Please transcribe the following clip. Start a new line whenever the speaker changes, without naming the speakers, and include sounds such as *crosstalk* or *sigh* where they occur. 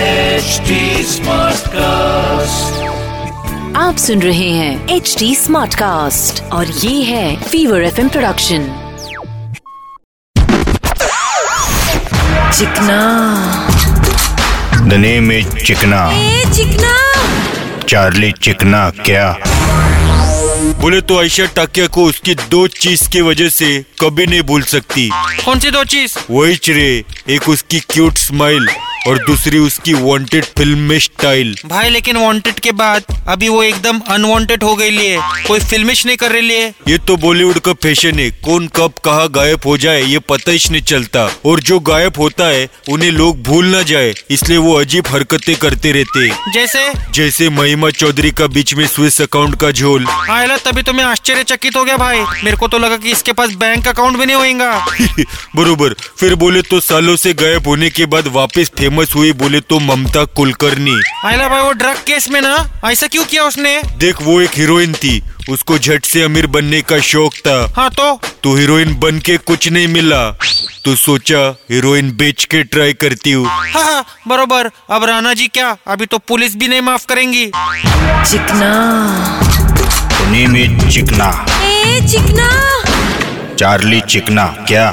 HD Smartcast.
आप सुन रहे हैं एच डी स्मार्ट कास्ट और ये है फीवर एफ प्रोडक्शन चिकना
द नेम इज चिकना
ए चिकना
चार्ली चिकना क्या
बोले तो आयशा टाकिया को उसकी दो चीज की वजह से कभी नहीं भूल सकती
कौन सी दो चीज
वही चरे एक उसकी क्यूट स्माइल और दूसरी उसकी वांटेड फिल्म में स्टाइल
भाई लेकिन वांटेड के बाद अभी वो एकदम अनवांटेड हो गई लिए कोई फिल्मिश नहीं कर रही लिए
ये तो बॉलीवुड का फैशन है कौन कब कहाँ गायब हो जाए ये पता ही नहीं चलता और जो गायब होता है उन्हें लोग भूल ना जाए इसलिए वो अजीब हरकतें करते रहते हैं।
जैसे
जैसे महिमा चौधरी का बीच में स्विस अकाउंट का झोल *laughs*
आयला तभी तो मैं आश्चर्यचकित हो गया भाई मेरे को तो लगा कि इसके पास बैंक अकाउंट भी नहीं होएगा
बरोबर फिर बोले तो सालों से गायब होने के बाद वापस फेमस हुई बोले तो ममता कुलकर्णी
आयला भाई वो ड्रग केस में ना ऐसा क्यों किया उसने
देख वो एक हीरोइन थी उसको झट से अमीर बनने का शौक था
हाँ तो
तो हीरोइन बन के कुछ नहीं मिला तो सोचा हीरोइन बेच के ट्राई करती हूँ
हाँ हाँ बरोबर अब राणा जी क्या अभी तो पुलिस भी नहीं माफ करेंगी
चिकना
द नेम इज चिकना
ए चिकना
चार्ली चिकना क्या